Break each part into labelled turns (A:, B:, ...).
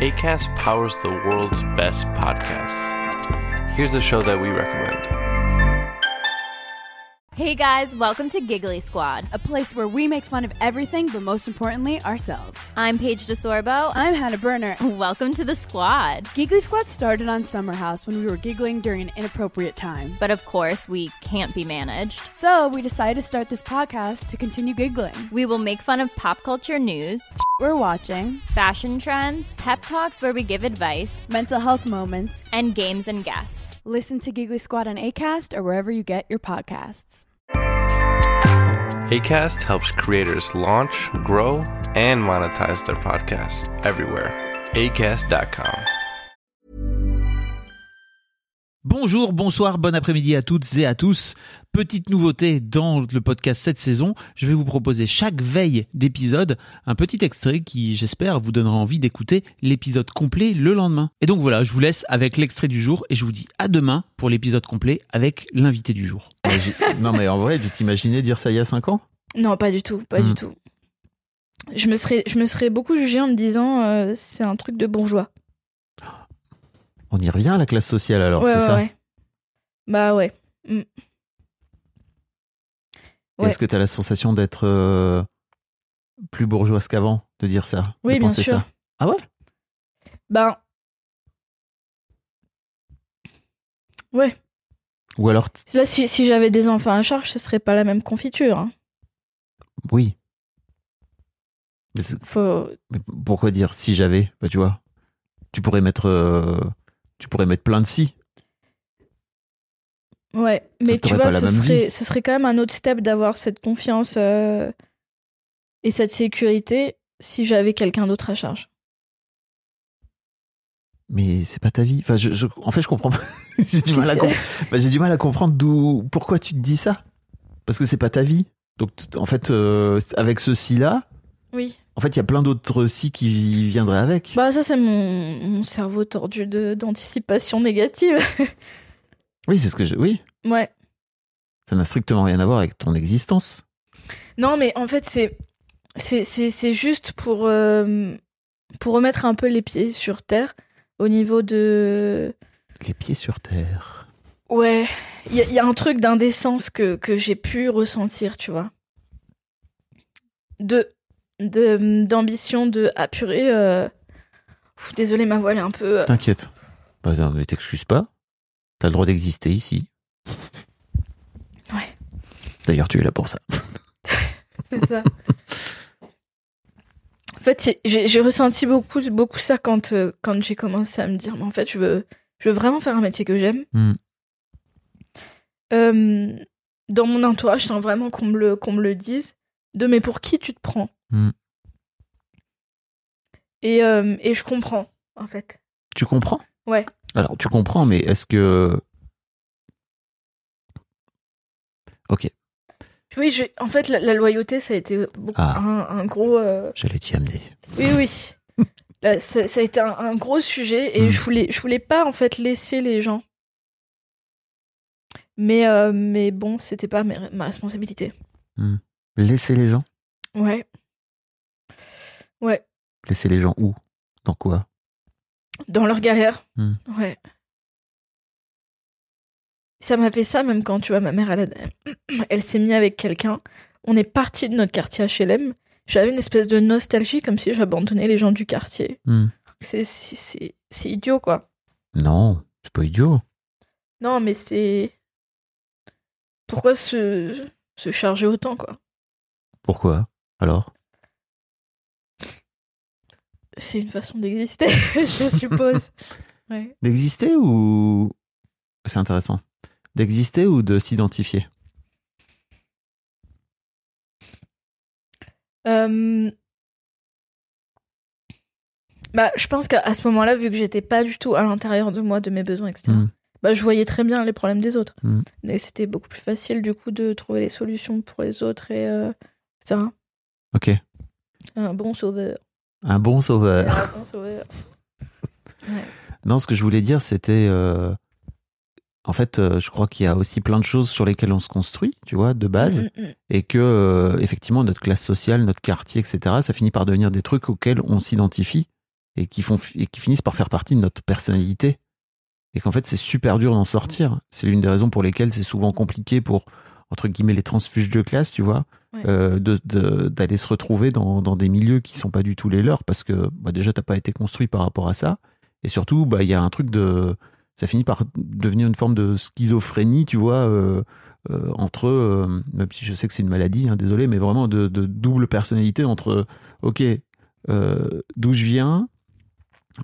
A: ACAST powers the world's best podcasts. Here's a show that we recommend.
B: Hey guys, welcome to Giggly Squad.
C: a place where we make fun of everything, but most importantly, ourselves.
B: I'm Paige DeSorbo.
C: I'm Hannah Berner.
B: Welcome to the squad.
C: Giggly Squad started on Summer House when we were giggling during an inappropriate time.
B: But of course, we can't be managed.
C: So we decided to start this podcast to continue giggling.
B: We will make fun of pop culture news,
C: We're watching
B: fashion trends, pep talks where we give advice,
C: mental health moments.
B: and games and guests.
C: Listen to Giggly Squad on ACAST or wherever you get your podcasts.
A: ACAST helps creators launch, grow, and monetize their podcasts everywhere. ACAST.com.
D: Bonjour, bonsoir, bon après-midi à toutes et à tous. Petite nouveauté dans le podcast cette saison, je vais vous proposer chaque veille d'épisode un petit extrait qui, j'espère, vous donnera envie d'écouter l'épisode complet le lendemain. Et donc voilà, je vous laisse avec l'extrait du jour et je vous dis à demain pour l'épisode complet avec l'invité du jour.
E: Mais j'ai- non mais en vrai, tu t'imaginais dire ça il y a 5 ans
F: Non, pas du tout, pas
D: Mm.
E: Hmm.
F: du tout. Je me serais, je me serais beaucoup jugée en me disant euh, c'est un truc de bourgeois.
E: On y revient à la classe sociale alors,
F: ouais,
E: c'est
F: ouais,
E: ça
F: ouais. Bah ouais. Mm. ouais.
E: Est-ce que tu as la sensation d'être euh, plus bourgeoise qu'avant de dire ça de
F: Oui, bien
E: penser
F: sûr.
E: ça Ah ouais
F: Ben. Ouais.
E: Ou alors t-
F: Là, si, si j'avais des enfants à charge, ce serait pas la même confiture. hein.
E: oui. Mais, c'est-
F: Faut.
E: mais pourquoi dire si j'avais Bah tu vois, tu pourrais mettre euh, tu pourrais mettre plein de si.
F: Ouais. Mais tu
E: t'aurais
F: vois,
E: pas la
F: ce
E: même
F: serait, ce serait quand même un autre step d'avoir cette confiance euh, et cette sécurité si j'avais quelqu'un d'autre à charge.
E: Mais c'est pas ta vie. Enfin, je, je- en fait, je comprends pas. j'ai du mal à
F: Qu'est-ce
E: comprendre. j'ai du mal à comprendre d'où pourquoi tu te dis ça. Parce que c'est pas ta vie. Donc t- en fait, euh, avec ceci là,
F: Oui.
E: En fait, il y a plein d'autres si qui viendraient avec.
F: Bah ça c'est mon, mon cerveau tordu de d'anticipation négative.
E: oui, c'est ce que je. Oui,
F: ouais.
E: ça n'a strictement rien à voir avec ton existence.
F: Non mais en fait c'est c'est c'est c'est juste pour euh, pour remettre un peu les pieds sur terre au niveau de
E: Les pieds sur terre.
F: ouais il y, a- il y a un truc d'indécence que que j'ai pu ressentir tu vois de de d'ambition de ah, appurer désolé ma voix elle est un peu euh,
E: T'inquiète. Bah non, mais t'excuses pas. T'as le droit d'exister ici.
F: Ouais.
E: D'ailleurs, tu es là pour ça.
F: C'est ça. en fait, j'ai j'ai ressenti beaucoup, beaucoup ça quand, euh, quand j'ai commencé à me dire, mais en fait, je veux, je veux vraiment faire un métier que j'aime.
E: Hmm.
F: Euh, dans mon entourage, je sens vraiment qu'on me, le- qu'on me le dise. De mais pour qui tu te prends
E: Hmm.
F: et, euh, et je comprends, en fait.
E: Tu comprends
F: Ouais.
E: Alors, tu comprends, mais est-ce que. Ok,
F: Oui, je- en fait, la, la loyauté, ça a été beaucoup-
E: Ah.
F: un, un gros. euh,
E: j'allais t'y amener.
F: Oui, oui. Là, ça, ça a été un, un gros sujet et
E: Mm.
F: je voulais, je voulais pas en fait laisser les gens. Mais, euh, mais bon, c'était pas mes- ma responsabilité.
E: Laisser les gens
F: Ouais. Ouais.
E: Laisser les gens où Dans quoi
F: Dans leur galère.
E: Mm.
F: Ouais. Ça m'a fait ça même quand tu vois ma mère, elle, a- elle s'est mise avec quelqu'un. On est parti de notre quartier HLM. J'avais une espèce de nostalgie comme si j'abandonnais les gens du quartier.
E: Hmm.
F: C'est- C'est c'est- c'est idiot quoi.
E: Non, c'est pas idiot.
F: Non, mais c'est. Pourquoi se... se charger autant, quoi
E: Pourquoi Alors
F: C'est une façon d'exister, je suppose. Ouais.
E: D'exister ou. C'est intéressant. D'exister ou de s'identifier
F: Euh, Bah, je pense qu'à à ce moment-là, vu que j'étais pas du tout à l'intérieur de moi, de mes besoins, etc.,
E: Mm.
F: bah, je voyais très bien les problèmes des autres.
E: Mm.
F: Et c'était beaucoup plus facile, du coup, de trouver les solutions pour les autres et. Euh... etc.
E: Ok.
F: Un bon sauveur.
E: Un bon sauveur.
F: Un bon sauveur.
E: Non, ce que je voulais dire, c'était. euh, En fait, euh, je crois qu'il y a aussi plein de choses sur lesquelles on se construit, tu vois, de base,
F: Mm, mm, mm.
E: et que, euh, effectivement, notre classe sociale, notre quartier, etc., ça finit par devenir des trucs auxquels on s'identifie et qui, font, et qui finissent par faire partie de notre personnalité. Et qu'en fait, c'est super dur d'en sortir. C'est l'une des raisons pour lesquelles c'est souvent compliqué pour, entre guillemets, les transfuges de classe, tu vois,
F: Ouais.
E: euh, de- de- d'aller se retrouver dans, dans des milieux qui sont pas du tout les leurs, parce que bah, déjà, t'as pas été construit par rapport à ça. Et surtout, bah, il y a un truc de. Ça finit par devenir une forme de schizophrénie, tu vois, euh, euh, entre. euh, même si je sais que c'est une maladie, hein, désolé, mais vraiment de, de double personnalité entre. Ok, euh, d'où je viens,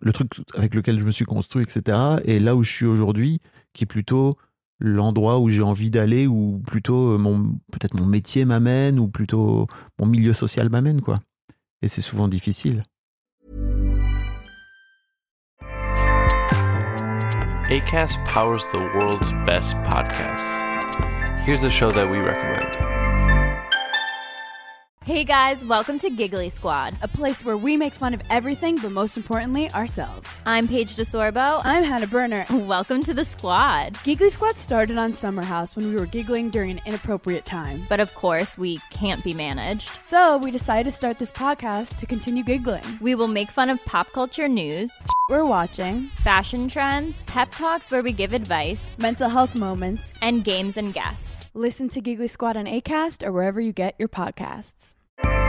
E: le truc avec lequel je me suis construit, etc. Et là où je suis aujourd'hui, qui est plutôt l'endroit où j'ai envie d'aller, ou plutôt euh, mon peut-être mon métier m'amène, ou plutôt mon milieu social m'amène, quoi. Et c'est souvent difficile.
A: ACAST powers the world's best podcasts. Here's a show that we recommend.
B: Hey guys, welcome to Giggly Squad.
C: A place where we make fun of everything, but most importantly, ourselves.
B: I'm Paige DeSorbo.
C: I'm Hannah Berner.
B: Welcome to the squad.
C: Giggly Squad started on Summer House when we were giggling during an inappropriate time.
B: But of course, we can't be managed.
C: So we decided to start this podcast to continue giggling.
B: We will make fun of pop culture news,
C: We're watching
B: fashion trends, pep talks where we give advice,
C: mental health moments.
B: and games and guests.
C: Listen to Giggly Squad on ACAST or wherever you get your podcasts.